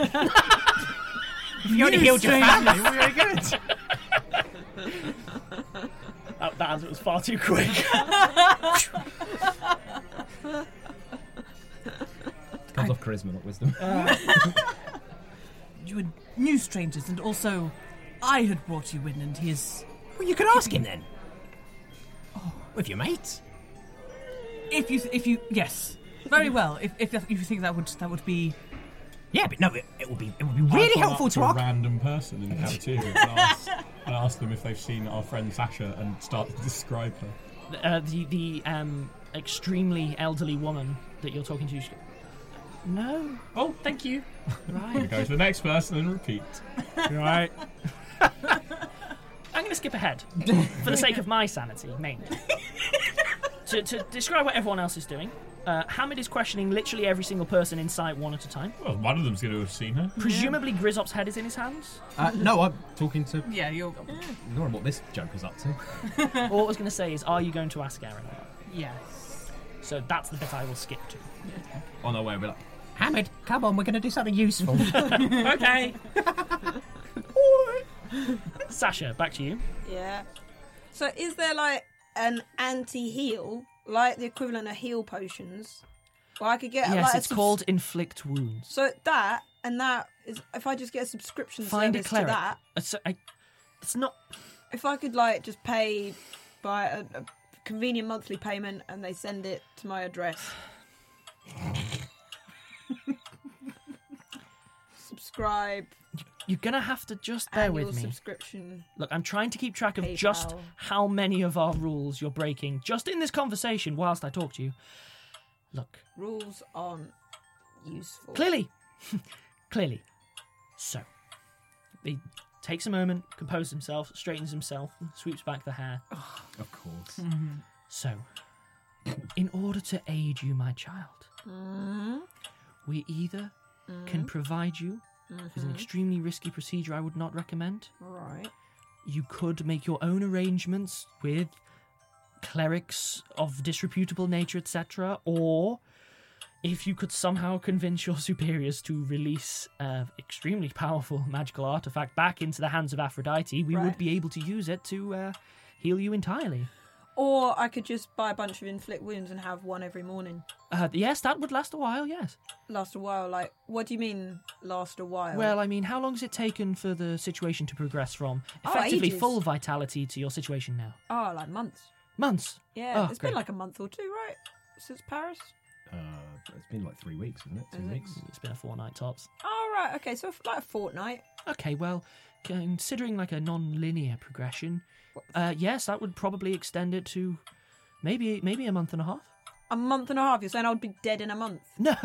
only healed your
stranger.
family, we're very good.
That, that answer was far too
[LAUGHS]
quick.
Comes off charisma, not [LAUGHS] wisdom.
[LAUGHS] You were new strangers, and also I had brought you in, and he is. Oh.
Well, you could ask him then. With your mates.
If you, if you, yes, very well. If, if, if you think that would that would be,
yeah, but no, it, it would be it would be
really
[LAUGHS] I've gone
helpful
up
to
to a
our-
random
[LAUGHS]
person in the
[LAUGHS]
cafeteria and asked, and asked them if they've seen our friend Sasha and started to describe her.
uh, the the um, extremely elderly woman that you're talking to. she- No.
Oh, thank you.
Right.
Here we go to the next person and repeat.
Right. [LAUGHS] I'm going to skip ahead for the sake of my sanity, mainly. to, to describe what everyone else is doing, uh, Hamid is questioning literally every single person in sight one at a time.
Well, one of them's going to have seen her.
Presumably, Grizzop's head is in his hands.
Uh, no, I'm talking to.
Yeah, you're.
Ignoring what this joker's up to.
Ah. [LAUGHS] All I was going to say is, are you going to ask Aaron? or not?
yes.
So that's the bit I will skip to.
Oh,
On our way, we'll be like,
Hamid, come on, we're going to do something useful.
[LAUGHS]
[LAUGHS]
okay. [LAUGHS] Sasha, back to you.
[LAUGHS] yeah. So is there like an anti heal, like the equivalent of heal potions? Well, I could get
yes,
like a
it's
subs-
called inflict wounds.
So that and that is if I just get a subscription
Find a
service
cleric.
to that.
Uh, so I- it's not.
If I could like just pay by a, a convenient monthly payment and they send it to my address. Subscribe.
You're gonna have to just bear
annual
with me.
subscription.
Look, I'm trying to keep track of just
PayPal.
how many of our rules you're breaking just in this conversation whilst I talk to you. Look,
Rules aren't useful.
clearly, [LAUGHS] clearly. So, he takes a moment, composes himself, straightens himself, and sweeps back the hair.
Of course.
So, in order to aid you, my child,
Mhm.
we either can
Mhm.
provide you. It's an
Mhm.
extremely risky procedure I would not recommend.
Right.
you could make your own arrangements with clerics of disreputable nature, etc. Or if you could somehow convince your [LAUGHS] superiors to release an extremely powerful magical artifact back into the hands of Aphrodite, we would
Right.
be able to use it to uh, heal you entirely.
Or I could just buy a bunch of inflict wounds and have one every morning.
Uh, yes, that would last a while, yes.
Last a while. Like, what do you mean last a while?
Well, I mean, how long has it taken for the situation to progress from
Oh,
effectively
ages.
full vitality to your situation now?
oh, like months.
Months?
Yeah,
Oh,
it's
great.
been like a month or two, right? Since Paris.
Uh, it's been like three weeks, isn't it? Two
Is it?
weeks.
Mm, It's been a fortnight tops.
Oh, right. Okay, so f- like a fortnight.
Okay, well, considering like a non-linear progression, uh, yes, that would probably extend it to maybe maybe a month and a half.
A month and a half. You're saying I would be dead in a month.
No,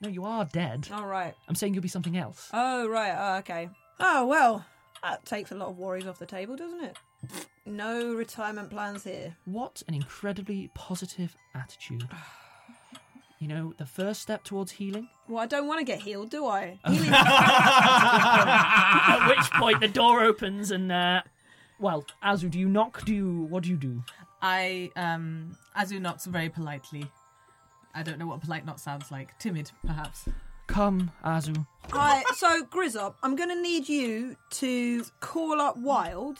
no, you are dead.
All right.
I'm saying you'll be something else.
Oh right. Oh, okay. Oh well, that takes a lot of worries off the table, doesn't it? No retirement plans here.
What an incredibly positive
[SIGHS]
attitude. You know, the first step towards healing.
Well, I don't want to get healed, do I?
At which point the door opens and, uh, well, Azu, do you knock? Do you what do you do?
I um Azu knocks very politely. I don't know what polite knock sounds like. Timid, perhaps.
Come, Azu.
I, so Grizzop, I'm going to need you to call up Wild.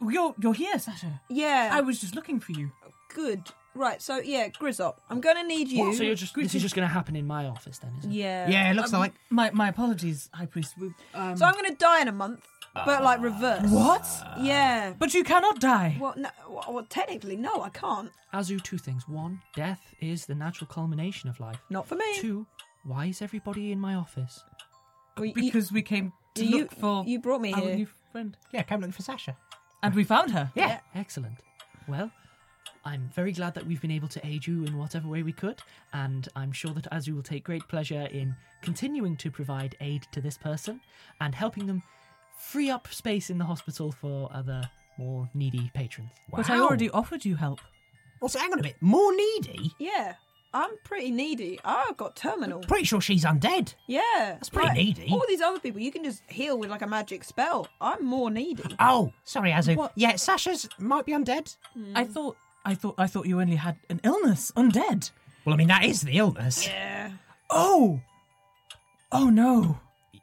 You're you're here, Sasha.
Yeah.
I was just looking for you.
Good. Right. So yeah, Grizzop, I'm going to need you.
So you're just this is just going to happen in my office then, isn't it?
Yeah.
Um, My my apologies, High Priest. We- Um, Ah.
So I'm going to die in a month, but like reverse.
What?
Yeah.
But you cannot die.
Well, no. Well, technically, no, I can't.
Azu, two things. One, death is the natural culmination of life.
Not for me.
Two, why is everybody in my office?
because we came to
you-
look for
you brought me
our
here.
new friend.
Yeah, came looking for Sasha.
And we found her.
Yeah. Excellent. Well, I'm very glad that we've been able to aid you in whatever way we could, and I'm sure that Azu will take great pleasure in continuing to provide aid to this person and helping them free up space in the hospital for other more needy patrons.
But I already offered you help.
Also, hang on a bit. More needy?
Yeah. I'm pretty needy. I've got terminal.
Pretty sure she's undead.
Yeah. That's
pretty needy.
All these other people, you can just heal with like a magic spell. I'm more needy.
Oh, sorry, Azu.
What?
Yeah, Sasha's might be undead.
I thought I thought I thought you only had an illness, undead.
Well, I mean, that is the illness.
Yeah.
Oh. Oh no.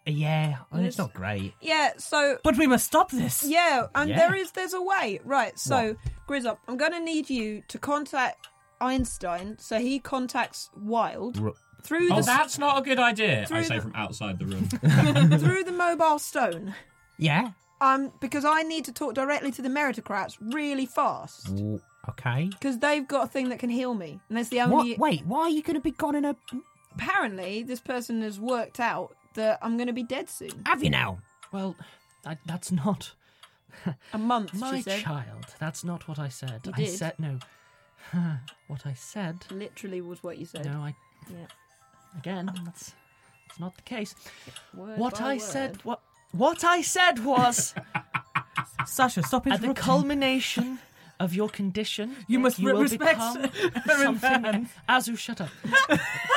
Yeah, I mean, it's not great.
Yeah. So.
But we must stop this.
Yeah, and
Yeah.
there is there's a way. Right, so Grizzop, I'm gonna need you to contact Einstein so he contacts Wild through
oh,
the
that's
[LAUGHS]
not a good idea. I
through
say
the-
from outside the room.
through the mobile stone.
Yeah.
Um, because I need to talk directly to the meritocrats really fast.
Okay.
Because they've got a thing that can heal me. And that's the
What?
only
Wait, why are you going to be gone in a.
apparently this person has worked out that I'm gonna be dead soon.
Have you now?
Well, I, that's not
A month, she
my
said.
child. That's not what I said.
You
I
did.
said no. [LAUGHS] what I said.
Literally was what you said.
No, I
Yeah.
again.
[LAUGHS]
That's that's not the case.
Word
what
by
I
word.
said. What what I said [LAUGHS] was.
Sasha, stop
At the
interrupting.
culmination of your condition,
You must re-
will
respect
become
her
something.
environment.
Azu, shut up.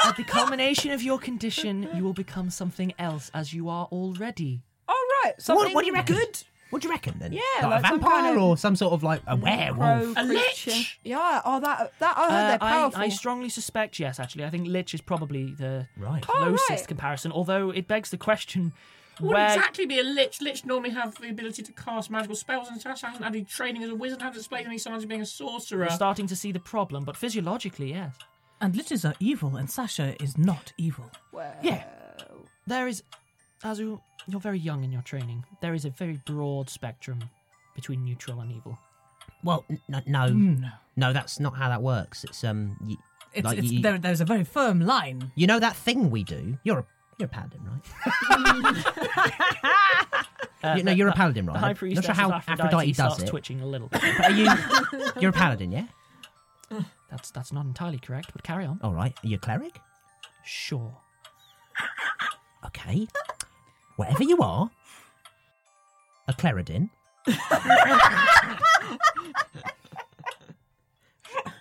At the culmination of your condition, you will become something else, as you are already.
Oh right,
So
something
what, what do you reckon?
good.
What do you reckon then?
Yeah,
Like,
like
a
some
vampire
kind of
or some sort of like a werewolf?
Pro creature. Yeah. Oh, that that I heard
Uh,
they're
I,
powerful.
I strongly suspect yes. Actually, I think lich is probably the
right.
closest
Oh, right.
comparison. Although it begs the question,
Would
where
exactly be a lich. Lich normally have the ability to cast magical spells, and Sasha hasn't had any training as a wizard, hasn't displayed any signs of being a sorcerer.
we're starting to see the problem. But physiologically, yes,
And liches are evil, and Sasha is not evil.
Yeah.
there is. Azu, you're very young in your training. There is a very broad spectrum between neutral and evil.
Well, n- n- no, no, no, that's not how that works. It's um, y
Mm, It's,
like
it's,
you,
there, there's a very firm
[LAUGHS]
line.
you know that thing we do. You're a you're a paladin, right?
[LAUGHS]
Uh,
You- no,
the-
you're a
the-
paladin, right?
The high priest
Not sure how
Aphrodite,
Aphrodite does
starts
it.
twitching a little.
But are you you're a paladin, yeah?
that's that's not entirely correct, but carry on.
All right. Are you a cleric?
Sure.
Okay. Whatever you are, a cleridin.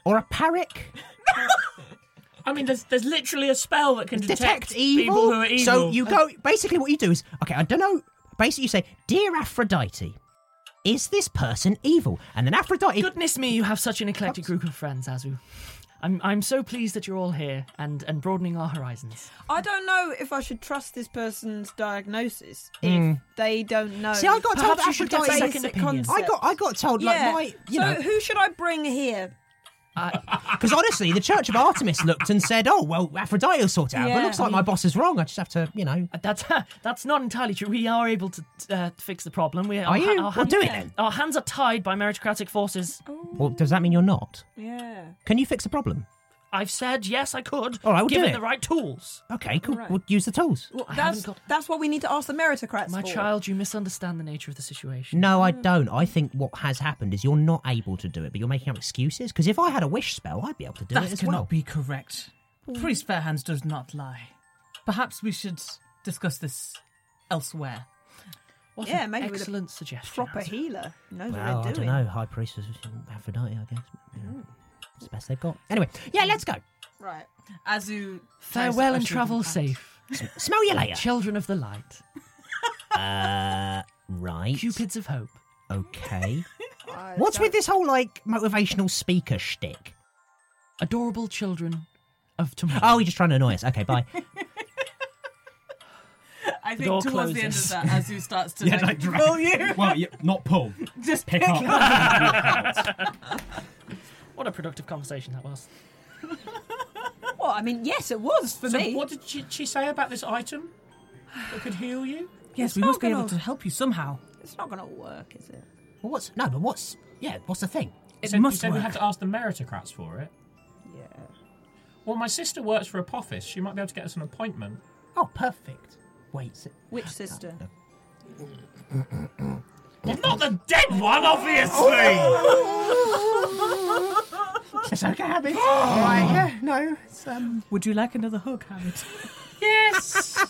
or a paric.
I mean, there's there's literally a spell that can detect,
detect, evil.
people who are evil.
So you go. Basically, what you do is okay. I don't know. Basically, you say, "Dear Aphrodite, is this person evil?" And e- then Aphrodite,
Goodness me, you have such an eclectic group of friends, Azu. I'm I'm so pleased that you're all here and and broadening our horizons.
I don't know if I should trust this person's diagnosis
Mm.
if they don't know.
see, I got told
Oh, Perhaps you should get
Aphrodite.
second opinion.
I got, I got told
yeah.
like my,
so
you know,
who should I bring here?
because honestly, the Church of Artemis looked and said, "Oh, well, Aphrodite will sort it out." But
Yeah.
looks like my boss is wrong. I just have to, you know.
Uh, That's [LAUGHS] that's not entirely true. We are able to uh, fix the problem. We, our,
Are you?
ha- Our,
Well,
hand-
do it then. Oh.
Our hands are tied by meritocratic forces.
Well, does that mean you're not?
Yeah.
Can you fix the problem?
I've said yes, I could.
All right, we'll do
given
it.
the right tools.
Okay, cool.
Right.
We'll use the tools.
I
that's,
haven't got-
that's what we need to ask the meritocrats
My
for. Mm.
child, you misunderstand the nature of the situation.
No, I don't. I think what has happened is you're not able to do it, but you're making up excuses. Because if I had a wish spell, I'd be able to do
That
it as
cannot
well.
be correct. Priest Fairhands does not lie. Perhaps we should discuss this elsewhere.
What
yeah,
an
maybe
excellent
with a
suggestion.
proper healer knows
Well,
what
I
they're
don't
doing.
know. High priestess Aphrodite, I guess. It's the best they've got.
Hmm. [LAUGHS]
Anyway, yeah, let's go.
Right.
Azu.
Farewell and
[LAUGHS]
travel safe.
Smell you later.
Children of the light.
Uh, right.
Cupids of hope.
[LAUGHS]
Okay. What's with this whole like motivational speaker shtick?
Adorable children of tomorrow.
Oh, you're just trying to annoy us.
[LAUGHS]
Okay, bye.
I
The
think
door
towards the end of
closes.
that, Azu starts to
Yeah,
[LAUGHS]
like,
like, drag-
pull you.
[LAUGHS]
[LAUGHS]
Well, yeah, not pull.
Just
pick
pick
up. [LAUGHS]
[LAUGHS]
[LAUGHS] What a productive conversation that was.
Well, I mean, yes, it was for
so
me.
what did she, she say about this item that could heal you?
Yes, we
It's
must
not
be able
gonna-
to help you somehow.
It's not going to work, is it?
Well, what's no, but what's yeah? What's the thing?
It
It
said,
must
you said we
work.
had to ask the meritocrats for it.
Yeah.
Well, my sister works for Apophis. She might be able to get us an appointment.
Oh, perfect. Wait, s-
Which sister?
Well, not the dead one, obviously.
[LAUGHS] Oh,
Oh,
it's okay, Abby.
Right,
yeah, no, it's um.
Would you like another hug, Hammett? [LAUGHS]
yes.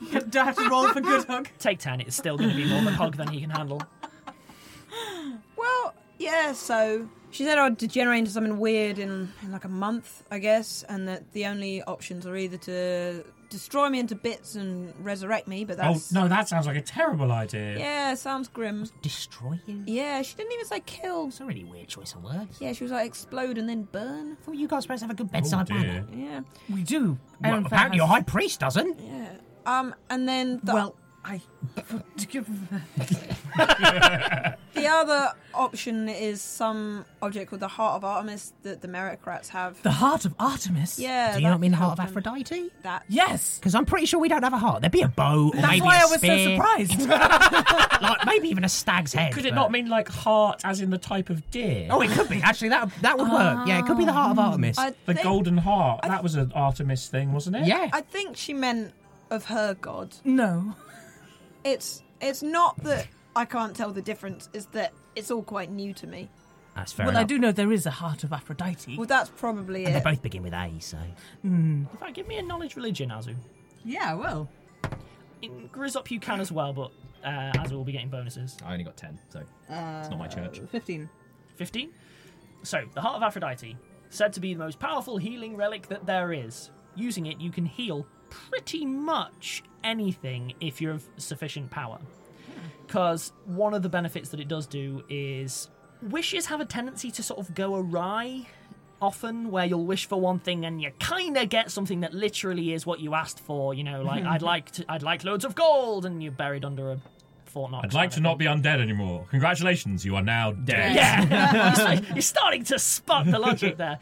you have to roll for good hug.
Take ten. It's still going to be more of a hug than he can handle.
Well, yeah, so she said I would degenerate into something weird in, in like a month, I guess, and that the only options are either to destroy me into bits and resurrect me, but
Oh
that's.
no, that sounds like a terrible idea.
Yeah, sounds grim.
Destroy you?
Yeah, she didn't even say kill.
It's a really weird choice of words.
Yeah, she was like explode and then burn.
Well, you guys supposed to have a good bedside manner.
Yeah.
We do.
Oh, Well,
Iron Fair
apparently your
has-
high priest doesn't.
Yeah. Um, and then the,
Well,
[LAUGHS]
I forgive
[LAUGHS]
[LAUGHS]
the other option is some object with the heart of Artemis that the meritocrats have.
the heart of Artemis.
Yeah.
Do you not
that
mean the
could
heart of
help them.
Aphrodite?
That.
Yes.
Because I'm pretty sure we don't have a heart. There'd be a bow, or
That's
maybe
why
a
I was so
spear. [LAUGHS]
surprised. [LAUGHS]
like maybe even a stag's head.
Could it
but-
not mean like heart, as in the type of deer?
Oh, it could be. Actually, that that would work. Yeah, it could be the heart of Artemis.
I
the
think-
golden heart. that was an Artemis thing, wasn't it?
yeah.
I think she meant of her god.
No.
It's it's not that I can't tell the difference. It's that it's all quite new to me.
That's
[LAUGHS]
fair
well,
enough.
I do know there is a heart of Aphrodite. Hmm.
Well, that's probably
Hmm. And they
it.
both begin with A, so.
In fact, give me a knowledge religion, Azu.
yeah, well.
In Grizzop you can as well, but uh, Azu will be getting bonuses.
I only got 10, so it's
Uh,
not my church.
15.
15. So, the Heart of Aphrodite, said to be the most powerful healing relic that there is. Using it, you can heal pretty much anything if you're of sufficient power. Because one of the benefits that it does do is wishes have a tendency to sort of go awry often, where you'll wish for one thing and you kind of get something that literally is what you asked for. You know, like I'd like to, I'd like loads of gold, and you're buried under a Fort Knox.
I'd like to
kind
not
of
be undead anymore. Congratulations, you are now dead.
yeah, [LAUGHS] you're starting to spot the logic there.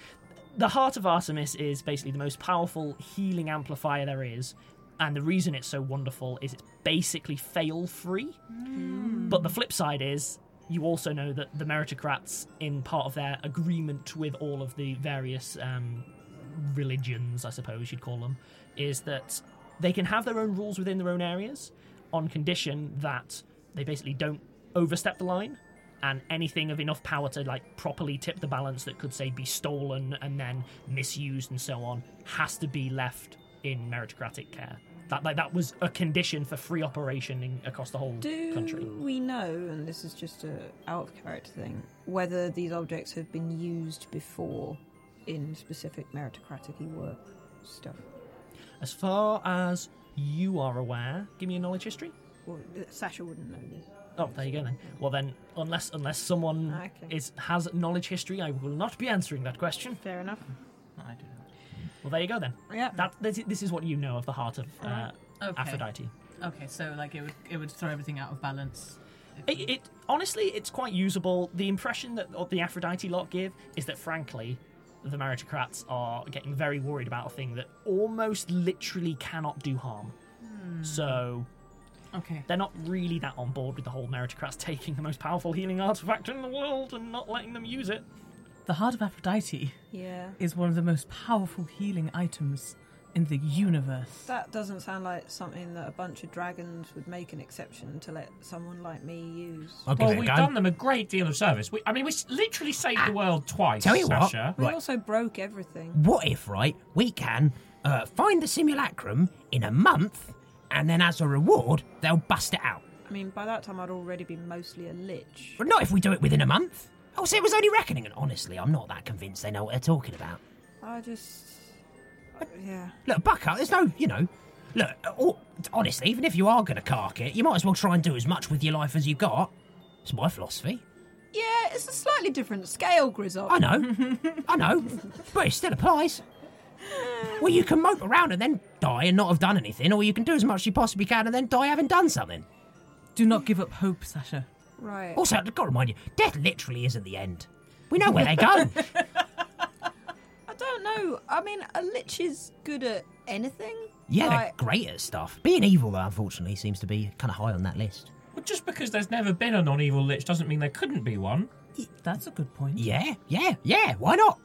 The Heart of Artemis is basically the most powerful healing amplifier there is, and the reason it's so wonderful is it's basically fail free. But the flip side is you also know that the meritocrats, in part of their agreement with all of the various um, religions, I suppose you'd call them, is that they can have their own rules within their own areas on condition that they basically don't overstep the line and anything of enough power to like properly tip the balance that could say be stolen and then misused and so on has to be left in meritocratic care that like that was a condition for free operation in, across the whole
Do
country
we know? And this is just a out of character thing. Whether these objects have been used before in specific meritocratic work stuff.
as far as you are aware give me a knowledge history
Well, Sasha wouldn't know this.
Oh, there you go then. Well then, unless unless someone
Okay.
is has knowledge history, I will not be answering that question.
Fair enough.
I do not. Well, there you go then.
Yeah.
That this, is- this is what you know of the heart of uh,
Okay.
Aphrodite.
Okay, so like it would it would throw everything out of balance.
It, it honestly, it's quite usable. The impression that of the Aphrodite lot give is that, frankly, the meritocrats are getting very worried about a thing that almost literally cannot do harm.
Hmm.
So
Okay.
they're not really that on board with the whole meritocrats taking the most powerful healing artifact in the world and not letting them use it.
The Heart of Aphrodite
Yeah.
is one of the most powerful healing items in the universe.
That doesn't sound like something that a bunch of dragons would make an exception to let someone like me use.
well, we've done them a great deal of service. We, I mean, we s- literally saved the world twice.
tell you what,
Sasha.
We also broke everything.
What if, right, we can uh, find the simulacrum in a month, and then as a reward, they'll bust it out.
I mean, by that time I'd already be mostly a lich.
But not if we do it within a month. Oh, so it was only reckoning, and honestly, I'm not that convinced they know what they're talking about.
I just. Yeah.
Look, buck up. There's no, you know. Look, or, honestly, even if you are going to cark it, you might as well try and do as much with your life as you got. It's my philosophy.
Yeah, it's a slightly different scale, Grizzle.
I know. I know. But it still applies. Well, you can mope around and then die and not have done anything, or you can do as much as you possibly can and then die having done something.
Do not give up hope, Sasha.
Right.
Also, I've got to remind you, death literally isn't the end. We know where they go.
I don't know. I mean, a lich is good at anything.
Yeah, they're
Like-
great at stuff. Being evil, though, unfortunately, seems to be kind of high on that list.
Well, just because there's never been a non-evil lich doesn't mean there couldn't be one.
That's a good point.
Yeah, yeah, yeah. Why not?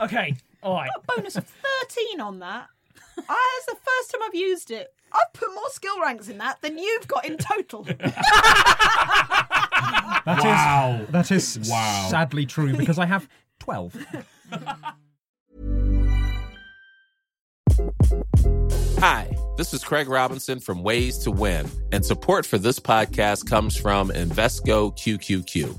Okay. All right.
bonus of 13 on
[LAUGHS]
that. I, that's the first time I've used it. I've put more skill ranks in that than you've got in
[LAUGHS]
total.
That is-
wow.
that is sadly true because I have 12.
Hi, this is Craig Robinson from Ways to Win, and support for this podcast comes from Invesco QQQ.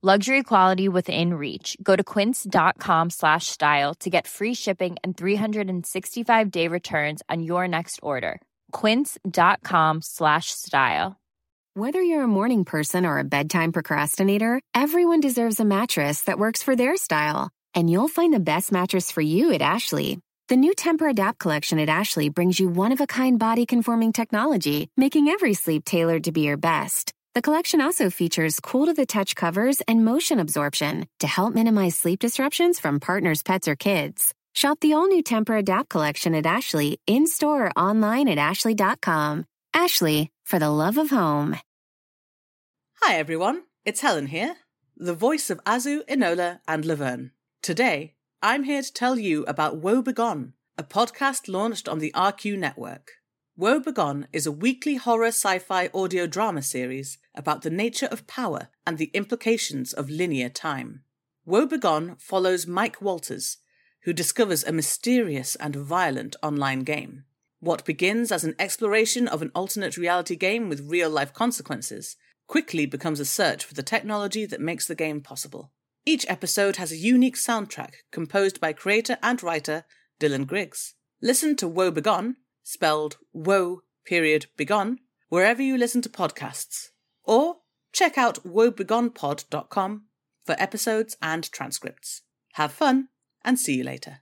Luxury quality within reach. Go to quince.com slash style to get free shipping and 365 day returns on your next order. Quince.com slash style.
Whether you're a morning person or a bedtime procrastinator, everyone deserves a mattress that works for their style. and you'll find the best mattress for you at Ashley. The new Temper Adapt collection at Ashley brings you one of a kind body conforming technology, making every sleep tailored to be your best. The collection also features cool to the touch covers and motion absorption to help minimize sleep disruptions from partners, pets, or kids. Shop the all new Temper Adapt collection at Ashley in store or online at ashley.com. Ashley, for the love of home.
Hi everyone, it's Helen here, the voice of Azu, Enola, and Laverne. Today, I'm here to tell you about Woe Begone, a podcast launched on the RQ network. Woe Begone is a weekly horror sci fi audio drama series about the nature of power and the implications of linear time. Woe Begone follows Mike Walters, who discovers a mysterious and violent online game. What begins as an exploration of an alternate reality game with real life consequences quickly becomes a search for the technology that makes the game possible. Each episode has a unique soundtrack composed by creator and writer Dylan Griggs. Listen to Woe Begone, spelled Woe period Begone, wherever you listen to podcasts, or check out woebegonepod.com for episodes and transcripts. Have fun and see you later.